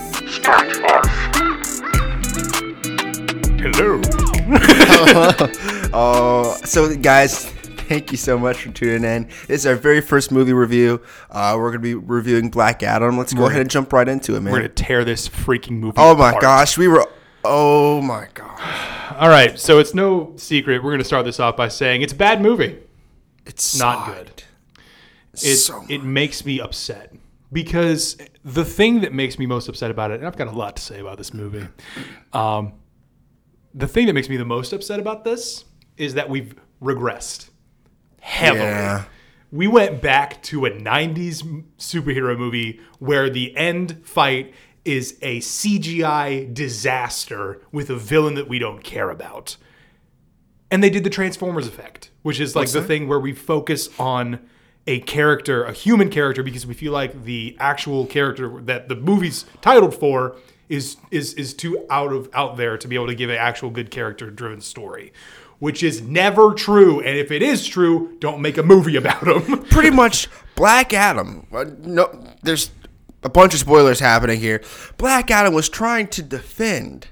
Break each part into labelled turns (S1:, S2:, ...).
S1: oh, so guys, thank you so much for tuning in. This is our very first movie review. Uh, we're gonna be reviewing Black Adam. Let's go ahead and jump right into it, man.
S2: We're gonna tear this freaking movie.
S1: oh my
S2: apart.
S1: gosh, we were. Oh my gosh,
S2: All right, so it's no secret. We're gonna start this off by saying it's a bad movie.
S1: it's
S2: Not
S1: so-
S2: good. It
S1: so
S2: it makes me upset because the thing that makes me most upset about it, and I've got a lot to say about this movie. Um, the thing that makes me the most upset about this is that we've regressed heavily.
S1: Yeah.
S2: we went back to a 90s m- superhero movie where the end fight is a CGI disaster with a villain that we don't care about. And they did the Transformers effect, which is like the thing where we focus on a character, a human character, because we feel like the actual character that the movie's titled for is is is too out of out there to be able to give an actual good character driven story, which is never true. And if it is true, don't make a movie about them.
S1: pretty much Black Adam. uh, No, there's a bunch of spoilers happening here. Black Adam was trying to defend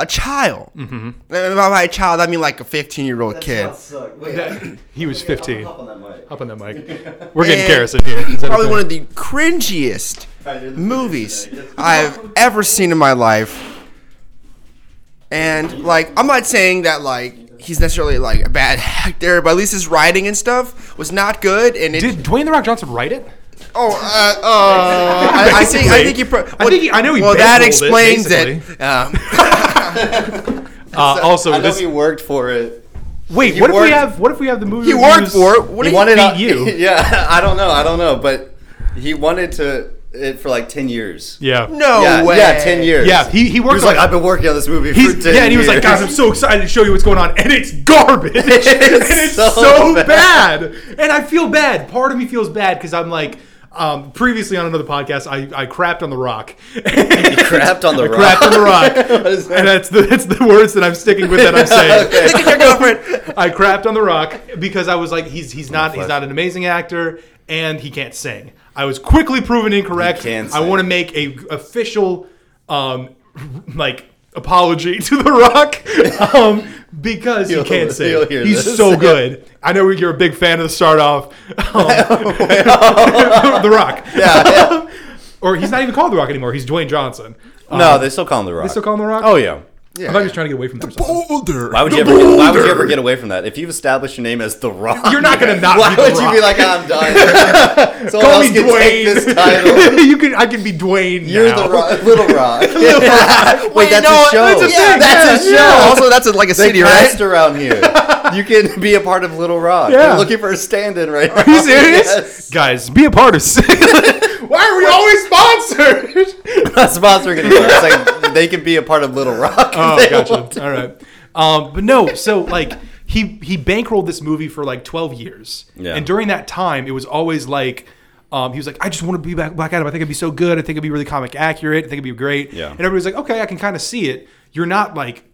S1: a child. Mm-hmm. And by a child, I mean like a 15 year old kid.
S2: he was 15.
S3: Up on that mic.
S2: Up on that mic. We're getting
S1: And
S2: Karis in here. Is that
S1: Probably
S2: okay?
S1: one of the cringiest movies I've ever seen in my life. And like, I'm not saying that like he's necessarily like a bad actor, but at least his writing and stuff was not good. And it
S2: Did Dwayne the Rock Johnson write it?
S1: Oh, uh, uh, I, I think I think you. Pro-
S2: I think he- I know he
S1: well, that
S2: bankrolled it,
S1: explains it. Um,
S2: Uh, also,
S3: I know
S2: this,
S3: he worked for it.
S2: wait.
S3: he
S2: What if we
S3: worked-
S2: have? What if we have the movie?
S1: he worked
S2: reviews-
S1: for it. What do
S3: he
S1: you
S3: wanted
S1: think?
S2: beat you.
S3: Yeah, I don't know. I don't know, but he wanted to it for like ten years.
S2: Yeah.
S1: No
S3: yeah,
S1: way.
S3: yeah, ten years.
S2: Yeah, he- he worked
S3: was
S2: on
S3: like,
S2: it.
S3: I've been working on this movie
S2: He's,
S3: for ten.
S2: yeah, and he was like,
S3: years."
S2: guys, I'm so excited to show you what's going on. And it's garbage. and it's so,
S3: so
S2: bad. And I feel bad. Part of me feels bad because I'm like, um, previously on another podcast, I, I crapped on The Rock.
S3: crapped on the rock.
S2: crapped on The Rock.
S3: is that?
S2: and that's the, that's the words that I'm sticking with that I'm saying.
S1: Look at your girlfriend.
S2: I crapped on The Rock because I was like, he's he's not he's not an amazing actor and he can't sing. I was quickly proven incorrect.
S3: He can
S2: I
S3: sing.
S2: want to make a official, um, like apology to The Rock, um, because he
S3: You'll-
S2: can't sing.
S3: you'll hear
S2: he's
S3: this.
S2: so good. I know you're a big fan of the start off, um, The Rock.
S3: Oh, Yeah,
S2: or he's not even called The Rock anymore. He's Dwayne Johnson. Um,
S3: no, they still call him the rock.
S2: they still call him The Rock.
S3: Oh yeah.
S2: I thought he was trying to get away from that. or something.
S1: Boulder.
S3: Why would you ever? Get, why would you ever get away from that? If you've established your name as the Rock,
S2: You're not gonna not
S3: Why
S2: be The
S3: would you be
S2: Rock.
S3: like, I'm done? Someone
S2: Call
S3: else
S2: me
S3: can take
S2: Dwayne.
S3: this title.
S2: you can. I can be Dwayne.
S3: You're
S2: now.
S3: the Rock, Little Rock. Wait, that's
S1: no,
S3: a show.
S1: that's a
S2: thing,
S3: that's
S2: yeah,
S3: a show.
S2: yeah.
S3: Also,
S1: Also, that's a, like a
S3: they
S1: city, right?
S3: cast around here. You can be a part of Little Rock.
S2: Yeah.
S3: They're looking for a stand-in right now.
S2: Are you serious?
S3: Yes.
S2: Guys, be a part of Why are we always sponsored?
S3: Not sponsoring anyone. It's like they can be a part of Little Rock.
S2: oh,
S3: if they want
S2: gotcha.
S3: to.
S2: All right. Um, but no, so like he he bankrolled this movie for like 12 years.
S3: Yeah.
S2: And during that time, it was always like um, he was like, I just want to be back Black Adam. I think it'd be so good. I think it'd be really comic accurate. I think it'd be great.
S3: Yeah.
S2: And everybody's like, okay, I can kind of see it. You're not like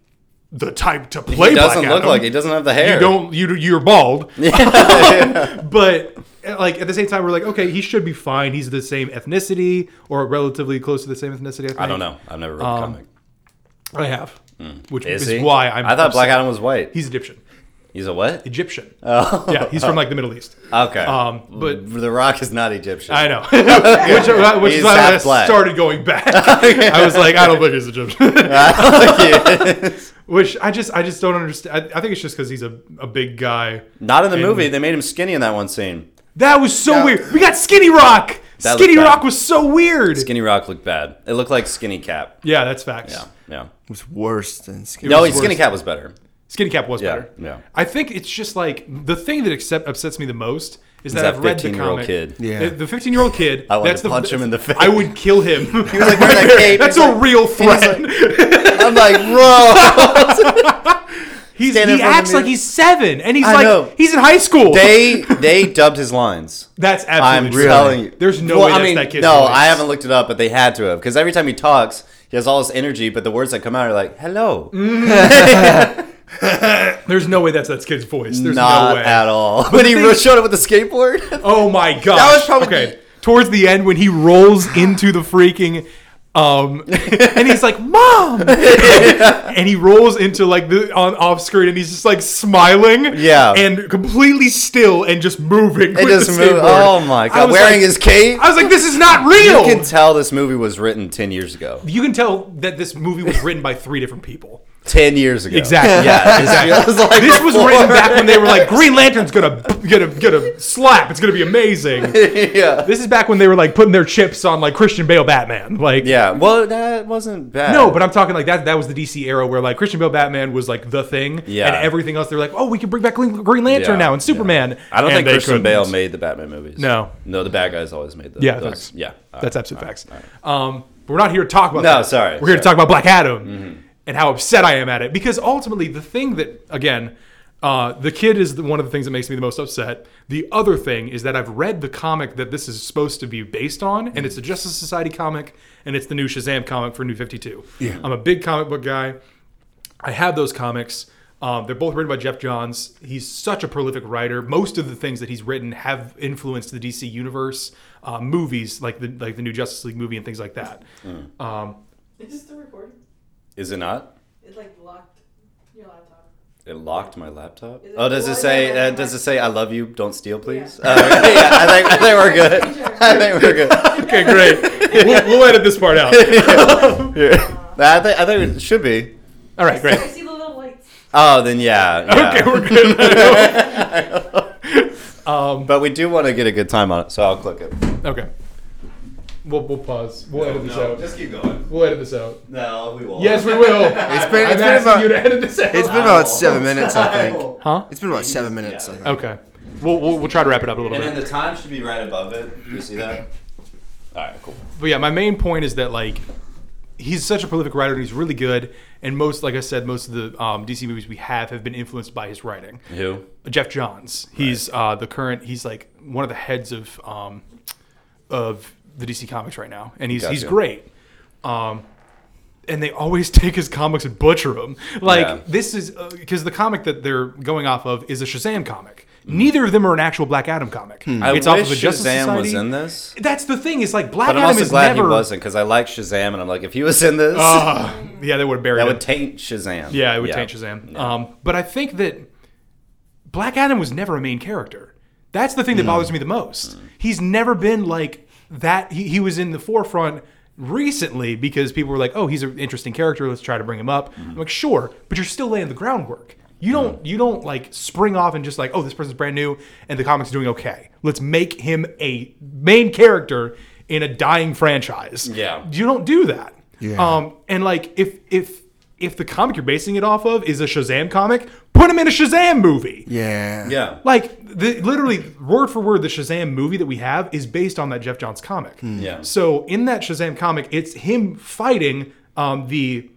S2: the type to play.
S3: He doesn't
S2: Black
S3: look
S2: Adam.
S3: like he doesn't have the hair.
S2: You don't. You you're bald. but like at the same time, we're like, okay, he should be fine. He's the same ethnicity or relatively close to the same ethnicity. I, think.
S3: I don't know. I've never read the comic.
S2: I have, which Um, is,
S3: Is he?
S2: why I'm.
S3: I thought Black
S2: upset.
S3: Adam was white.
S2: He's Egyptian.
S3: He's a what?
S2: Egyptian.
S3: Oh. Uh,
S2: yeah, he's from like the Middle East.
S3: Okay.
S2: Um, but
S3: The Rock is not Egyptian.
S2: I know, which, which is
S3: He's
S2: why I
S3: half black.
S2: started going back. I was like, I don't think he's Egyptian. which I just, I just don't understand. I, I think it's just because he's a, a big guy.
S3: not in the movie. They made him skinny in that one scene.
S2: That was so
S1: Yeah.
S2: weird. We got Skinny Rock.
S3: That
S2: Skinny
S3: looked bad.
S2: Rock was so weird.
S3: Skinny Rock looked bad. It looked like Skinny Cap.
S2: Yeah, that's facts.
S3: Yeah. Yeah.
S1: It was worse than Skinny.
S3: No,
S2: was
S3: Skinny
S2: worse.
S3: Cap was better.
S2: Skinny Cap was
S3: Yeah,
S2: better.
S3: yeah.
S2: I think it's just like the thing that accept, upsets me the most is that,
S3: that
S2: I've read the
S3: 15-year-old
S2: comic.
S3: kid.
S1: Yeah.
S2: The- The 15 year old kid.
S3: I wanted
S2: that's
S3: to
S2: the-
S3: punch him in the face.
S2: I would kill him. he was
S3: like wearing that cape.
S2: That's
S3: He's
S2: a
S3: like-
S2: real threat.
S3: I'm like, bro.
S2: He's,
S3: standing in
S2: he
S3: front of
S2: acts
S3: the
S2: like
S3: mirror.
S2: he's seven, and he's
S3: I
S2: like
S3: know.
S2: he's in high school.
S3: they they dubbed his lines.
S2: that's absolutely
S3: I'm
S2: true.
S3: telling you,
S2: There's no way that's that kid's
S3: No,
S2: voice.
S3: I haven't looked it up, but they had to have because every time he talks, he has all this energy, but the words that come out are like "hello,"
S2: Mm. There's no way that's that kid's voice. There's
S3: not
S2: no way
S3: at all. When he
S2: thing-
S3: showed up with the skateboard,
S2: Oh my god.
S1: was probably
S2: okay.
S1: the-
S2: Towards the end, when he rolls into the freaking Um, and he's like, "Mom," and he rolls into like the on off screen, and he's just like smiling,
S3: Yeah.
S2: and completely still and just moving. with
S3: just
S2: the
S3: move-
S2: skateboard.
S3: oh my
S2: I
S3: God,
S2: was
S3: wearing
S2: like-
S3: his cape?
S2: I was like, "This is not real."
S3: You can tell this movie was written 10 years ago.
S2: you can tell that this movie was written by three different people.
S3: 10 years ago.
S2: Exactly.
S3: Yeah. It was like
S2: this was
S3: before.
S2: written back when they were like, Green Lantern's gonna gonna gonna slap. It's gonna be amazing.
S3: yeah.
S2: This is back when they were like putting their chips on like Christian Bale Batman. Like
S3: Yeah. Well, that wasn't bad.
S2: No, but I'm talking like that. That was the DC era where like Christian Bale Batman was like the thing,
S3: Yeah.
S2: and everything else. They're like, oh, we can bring back Green Green Lantern
S3: Yeah,
S2: now and
S3: yeah.
S2: Superman.
S3: I don't
S2: And
S3: think
S2: they
S3: Christian
S2: couldn't.
S3: Bale made the Batman movies.
S2: No.
S3: No, the bad guys always made the,
S2: Yeah,
S3: those.
S2: facts.
S3: Yeah. All
S2: That's
S3: right.
S2: absolute facts. Um, but we're not here to talk about.
S3: No,
S2: that.
S3: sorry,
S2: We're here to
S3: sorry. Mm-hmm.
S2: talk about Black Adam and how upset I am at it because ultimately the thing that again, uh, the kid is the, one of the things that makes me the most upset. The other thing is that I've read the comic that this is supposed to be based on, and it's a Justice Society comic, and it's the new Shazam comic for New Fifty Two. Yeah. I'm a big comic book guy. I have those comics. Um, they're both written by Jeff Johns. He's such a prolific writer. Most of the things that he's written have influenced the DC universe, uh, movies like the like the new Justice League movie and things like that.
S1: Hmm.
S2: Um,
S4: Is this still recording?
S3: Is it not?
S4: It like locked your laptop.
S3: It locked my laptop.
S4: Is it-
S3: Oh, does it
S4: well,
S3: say?
S4: yeah,
S3: Uh,
S4: yeah.
S3: does it say "I love you"? Don't steal, please. Yeah, yeah I think I think we're good. I think we're good.
S2: okay, great. We'll, we'll edit this part out.
S3: I think I think it should be.
S2: All right, great.
S4: I see the little lights.
S3: Oh, then yeah. yeah.
S2: Okay, we're good.
S3: But we do want to get a good time on it, so I'll click it.
S2: Um, okay. We'll, we'll pause. We'll edit this out.
S3: keep going.
S2: we'll edit this out.
S3: No, we won't.
S2: Yes, we will.
S1: It's been,
S2: I'm
S1: it's been
S2: asking you to
S1: about
S2: edit this out.
S1: it's been about seven minutes, I think.
S2: huh?
S1: It's been about seven minutes. I think.
S2: Okay. We'll, we'll we'll try to wrap it up a little
S3: And
S2: bit.
S3: then the time should be right above it. You see that? All right, cool.
S2: but yeah, my main point is that like he's such a prolific writer and he's really good. And most, like I said, most of the um, DC movies we have have been influenced by his writing.
S3: Who?
S2: Jeff Johns. He's uh, the current. He's like one of the heads of um, of the DC Comics right now, and he's he's
S3: Gotcha.
S2: great. Um, and they always take his comics and butcher them. Like
S3: Yeah.
S2: this is because the comic that they're going off of is a Shazam comic. Neither of them are an actual Black Adam comic.
S3: Hmm. I
S2: It's off
S3: wish
S2: of a Justice
S3: Shazam was
S2: Society.
S3: in this.
S2: That's the thing. Is like Black
S3: But I'm
S2: Adam
S3: also
S2: is
S3: glad
S2: never.
S3: he wasn't because I like Shazam, and I'm like, if he was in this,
S2: Ah, yeah, they would have buried
S3: that
S2: him.
S3: would taint Shazam.
S2: yeah, it would taint Shazam. Um, but I think that Black Adam was never a main character. That's the thing that bothers me the most. He's never been like that. He, he was in the forefront recently because people were like, "Oh, he's an interesting character. Let's try to bring him up." I'm like, "Sure," but you're still laying the groundwork. You don't you don't like spring off and just like, "Oh, this person's brand new and the comics doing okay. Let's make him a main character in a dying franchise."
S3: Yeah.
S2: you don't do that.
S1: Yeah.
S2: Um, and like if if if the comic you're basing it off of is a Shazam comic, put him in a Shazam movie.
S1: Yeah.
S3: Yeah.
S2: Like the literally word for word, the Shazam movie that we have is based on that Jeff Johns comic.
S3: Yeah.
S2: So in that Shazam comic, it's him fighting um, the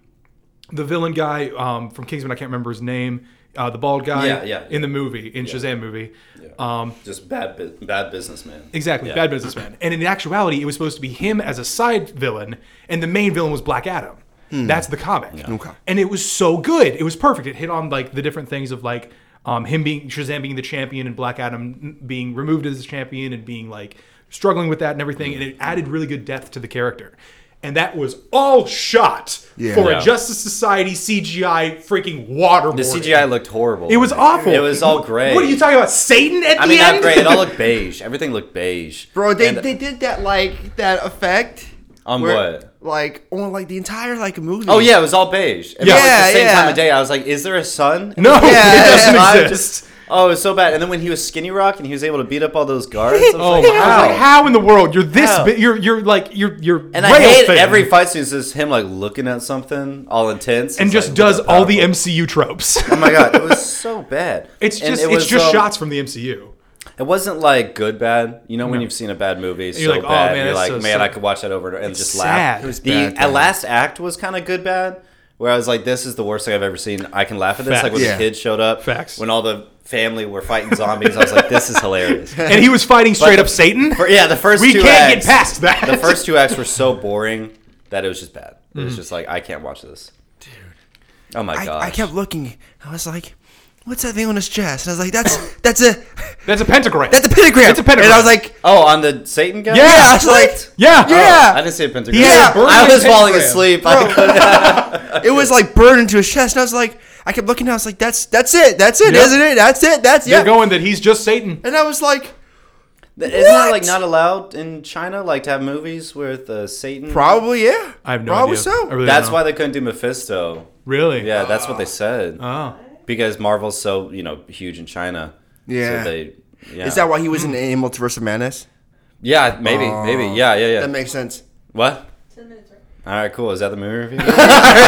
S2: the villain guy um, from Kingsman. I can't remember his name. Uh, the bald guy.
S3: Yeah, yeah, yeah.
S2: In the movie, in Shazam movie. Um,
S3: Just bad, bu- bad businessman.
S2: Exactly,
S3: Yeah.
S2: bad businessman. And in actuality, it was supposed to be him as a side villain, and the main villain was Black Adam.
S3: Hmm.
S2: That's the comic.
S1: Okay.
S2: And it was so good. It was perfect. It hit on like the different things of like um, him being Shazam being the champion and Black Adam being removed as the champion and being like struggling with that and everything. And it added really good depth to the character. And that was all shot
S1: Yeah.
S2: for
S3: Yeah.
S2: a Justice Society CGI freaking water.
S3: The CGI looked horrible.
S2: It was awful.
S3: It was all gray.
S2: What are you talking about? Satan at
S3: I
S2: the
S3: mean,
S2: end?
S3: not gray. It all looked beige. Everything looked beige.
S1: Bro, they,
S3: And-
S1: they did that like that effect.
S3: On what?
S1: Like on like the entire like movie.
S3: Oh yeah, it was all beige. And
S2: Yeah.
S3: yeah, at the
S1: Yeah,
S3: same
S1: yeah.
S3: time of day, I was like, "Is there a sun?"
S2: No,
S1: Yeah,
S2: it doesn't
S1: yeah,
S3: I
S2: exist.
S3: just- oh, it was so bad. And then when he was Skinny Rock and he was able to beat up all those guards, I was
S2: Oh,
S3: like,
S2: my- I was like,
S3: "How?"
S2: how in the world? You're this
S3: How?
S2: big. You're you're like you're you're.
S3: And I
S2: rail
S3: hate
S2: thin
S3: every fight scene. It's just him like looking at something all intense,
S2: and
S3: It's
S2: just
S3: like,
S2: does all the
S3: powerful.
S2: MCU tropes.
S3: Oh my god, it was so bad.
S2: it's
S3: And
S2: just
S3: it was,
S2: it's just
S3: um,
S2: shots from the MCU.
S3: It wasn't like good bad. You know when you've seen a bad movie, so
S2: you're like, "Oh,
S3: bad,
S2: man,
S3: you're
S2: that's
S3: like,
S2: so
S3: man,
S2: sad."
S3: I could watch that over and just
S2: sad.
S3: laugh.
S2: It was
S3: the
S1: bad,
S3: uh,
S1: though.
S3: last act was kind of good bad, where I was like, this is the worst thing I've ever seen. I can laugh at this. Like when the
S1: Facts.
S3: kids showed up,
S2: Facts.
S3: When all the family were fighting zombies, I was like, this is hilarious.
S2: And he was fighting straight up Satan.
S3: For- yeah, the first
S2: We
S3: two
S2: can't
S3: acts,
S2: get past that.
S3: The first two acts were so boring that it was just bad.
S2: Mm-hmm.
S3: It was just like I can't watch this. Dude. Oh my
S1: I,
S3: god.
S1: I kept looking. I was like, what's that thing on his chest? And I was like, that's that's a
S2: That's a pentagram.
S1: that's a pentagram.
S2: It's a pentagram.
S1: And I was like,
S3: Oh, on the Satan guy?
S1: yeah, I
S2: Yeah.
S1: was like,
S2: yeah.
S1: yeah.
S3: Oh, I didn't see a pentagram.
S1: had a
S2: burning
S3: I was falling
S2: pentagram.
S3: asleep. I couldn't.
S1: it was like burned into his chest, and I was like, I kept looking, and I was like, that's that's it, that's it,
S2: Yep.
S1: not it? That's it, that's
S2: They're
S1: yeah.
S2: going that he's just Satan.
S1: and I was like,
S3: Isn't that
S1: What?
S3: like not allowed in China? Like to have movies with uh, Satan?
S1: probably yeah.
S2: I have no
S1: probably
S2: idea.
S1: so.
S2: I really
S3: That's
S2: don't know.
S3: why they couldn't do Mephisto.
S2: Really?
S3: Yeah, that's what they said.
S1: Uh.
S2: Oh.
S3: Because Marvel's so you know huge in China.
S1: Yeah.
S3: So they, yeah.
S1: Is that why he was in a Multiverse of Madness?
S3: Yeah, maybe, maybe. Yeah, yeah, yeah.
S1: That makes sense.
S3: what?
S4: Ten minutes, right?
S3: All right, cool. Is that the movie review?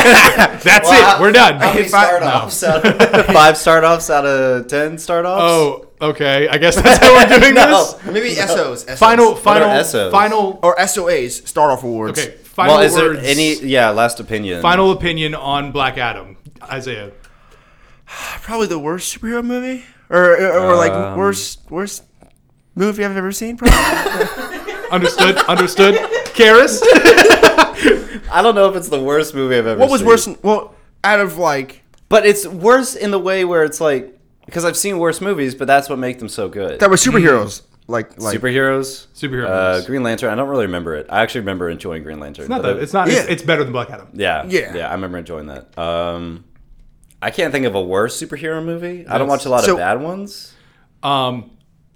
S2: That's
S3: Well,
S2: it. We're done.
S3: How many
S1: If I-
S3: start offs out of, five start offs out of ten start offs?
S2: Oh, okay. I guess that's how we're doing this.
S1: Maybe SOs, SOs.
S2: Final,
S3: are
S2: final,
S3: SOs?
S2: final.
S1: or SOAs, Start Off Awards.
S2: Okay, final
S3: Well, is
S2: words.
S3: there any? Yeah, last opinion.
S2: final opinion on Black Adam, Isaiah?
S1: Uh, Probably the worst superhero movie, or or, or
S3: Um,
S1: like worst worst movie I've ever seen. Probably.
S2: Understood. understood. Karis.
S3: I don't know if it's the worst movie I've ever.
S1: what was
S3: seen.
S1: worse? than- Well, out of like
S3: But it's worse in the way where it's like because I've seen worse movies, but that's what make them so good.
S1: that were superheroes, like like
S3: Superheroes,
S2: Superhero
S3: uh,
S2: movies.
S3: Green Lantern. I don't really remember it. I actually remember enjoying Green Lantern.
S2: Not
S3: but
S2: that
S3: I-
S2: it's not. It's,
S1: Yeah.
S2: it's better than Black Adam.
S3: Yeah,
S1: Yeah.
S3: yeah. I remember enjoying that. Um, I can't think of a worse superhero movie. I don't watch a lot
S1: So-
S3: of bad ones.
S2: Um,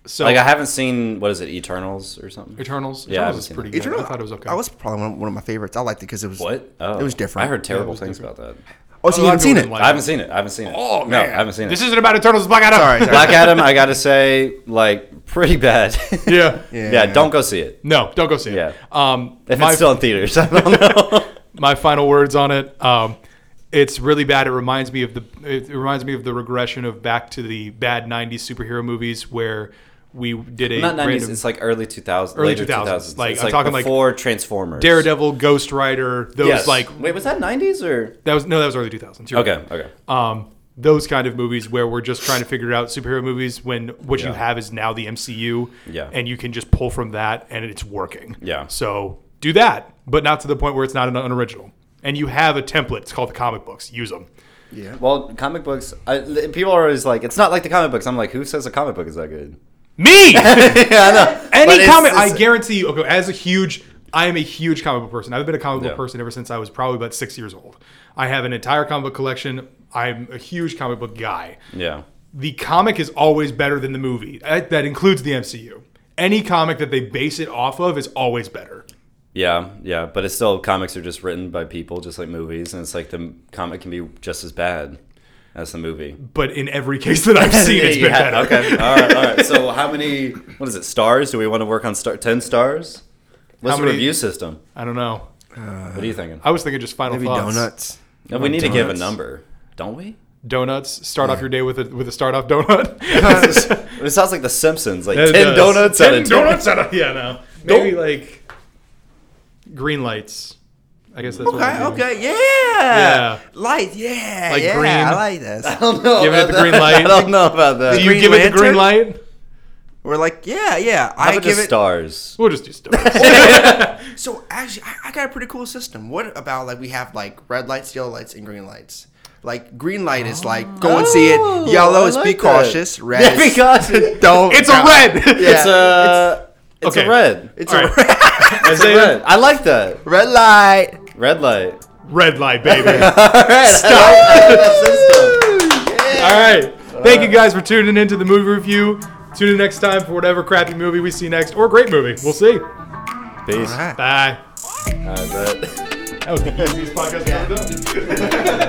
S2: so
S3: Like I haven't seen what is it, Eternals or something.
S2: Eternals.
S3: Yeah, I haven't
S2: Eternals was
S3: seen
S2: pretty
S3: that.
S2: good.
S1: Eternal-
S2: I thought it was okay.
S1: I was probably one of, one of my favorites. I liked it because it was
S3: What? Oh.
S1: It was
S3: I
S1: different.
S3: heard terrible
S2: was
S3: things about that.
S1: Oh, so
S2: A
S1: you
S2: lot
S1: haven't
S2: of
S1: seen
S2: people
S1: it?
S2: didn't like
S3: I haven't seen it. I haven't seen it.
S1: Oh,
S3: no,
S1: man.
S3: I haven't seen it.
S2: This isn't about Eternals. It's Black Adam.
S1: Sorry, sorry.
S3: Black Adam. I gotta say, like pretty bad.
S2: Yeah.
S3: yeah. Don't go see it
S2: No, don't go see it.
S3: Yeah.
S2: Um,
S3: if
S2: my
S3: it's still in theaters. I don't know.
S2: my final words on it. Um, it's really bad. It reminds me of the it reminds me of the regression of back to the bad '90s superhero movies where we did a
S3: Not nineties.
S2: random
S3: It's like early 2000s.
S2: Early
S3: later
S2: 2000s.
S3: 2000s.
S2: Like,
S3: it's
S2: I'm talking, like,
S3: before Transformers.
S2: Daredevil, Ghost Rider. Those
S3: Yes.
S2: like
S3: wait, was that nineties or?
S2: that was no, that was early 2000s. You're
S3: Okay.
S2: right.
S3: Okay.
S2: Um, those kind of movies where we're just trying to figure out superhero movies when what you
S3: Yeah.
S2: have is now the MCU.
S3: Yeah.
S2: And you can just pull from that and it's working.
S3: Yeah.
S2: So do that, but not to the point where it's not an unoriginal. And you have a template. It's called the comic books. Use them.
S1: Yeah.
S3: Well, comic books. I, li- people are always like, it's not like the comic books. I'm like, who says a comic book is that good?
S2: Me.
S3: yeah, I know. But
S2: Any
S3: it's-
S2: comic,
S3: it's-
S2: I guarantee you. Okay, as a huge, I am a huge comic book person. I've been a comic book
S3: Yeah.
S2: person ever since I was probably about six years old. I have an entire comic book collection. I'm a huge comic book guy.
S3: Yeah.
S2: The comic is always better than the movie. uh, That, that includes the MCU. Any comic that they base it off of is always better.
S3: Yeah, yeah, but it's still comics are just written by people, just like movies, and it's like the m- comic can be just as bad as the movie.
S2: But in every case that I've seen, it's been
S3: Yeah,
S2: better.
S3: Okay, all right, all right. So how many? What is it? Stars? Do we want to work on star, ten stars? What's
S2: How
S3: the
S2: many-
S3: review system?
S2: I don't know.
S3: What are you thinking?
S2: I was thinking just final
S1: Maybe
S2: thoughts.
S1: donuts.
S3: No, we need to give a
S1: donuts?
S3: number, don't we?
S2: Donuts. Start off your day with a with a start off donut.
S3: It sounds like The Simpsons, like
S2: It
S3: ten
S2: does.
S3: donuts out
S2: Ten
S3: of ten.
S2: donuts out of yeah. No, maybe like green lights. I guess that's
S1: Okay.
S2: What we're doing.
S1: Okay. Yeah.
S2: Yeah.
S1: Light. Yeah.
S2: Like
S1: yeah.
S2: green.
S1: I like this.
S3: I don't know
S2: Give it
S3: about
S2: the green
S3: that.
S2: light.
S3: I don't know about that.
S2: Do you
S1: Green
S2: give it the green
S1: Lantern?
S2: light?
S1: We're like, yeah, yeah.
S3: How
S1: I
S3: about
S1: give
S3: just
S1: it.
S3: stars?
S2: We'll just do stuff.
S1: So actually, I, I got a pretty cool system. What about like we have like red lights, yellow lights, and green lights. Like green light is like go and see it.
S3: Oh,
S1: Yellow
S3: I
S1: is be
S3: like that.
S1: cautious. Red
S3: Yeah,
S1: is
S3: because
S1: don't.
S2: it's a red.
S1: Yeah.
S3: it's a it's
S2: Okay.
S3: a red.
S1: It's
S2: All
S1: a
S2: right.
S1: red,
S3: It's a red. I like that.
S1: red light.
S3: Red light.
S2: red light, baby.
S3: All right.
S2: All right. Thank you guys for tuning into the movie review. Tune in next time for whatever crappy movie we see next or great movie. We'll see.
S3: Peace.
S1: All right.
S2: Bye.
S3: All right, bet.
S2: That was the easiest podcast I've ever done.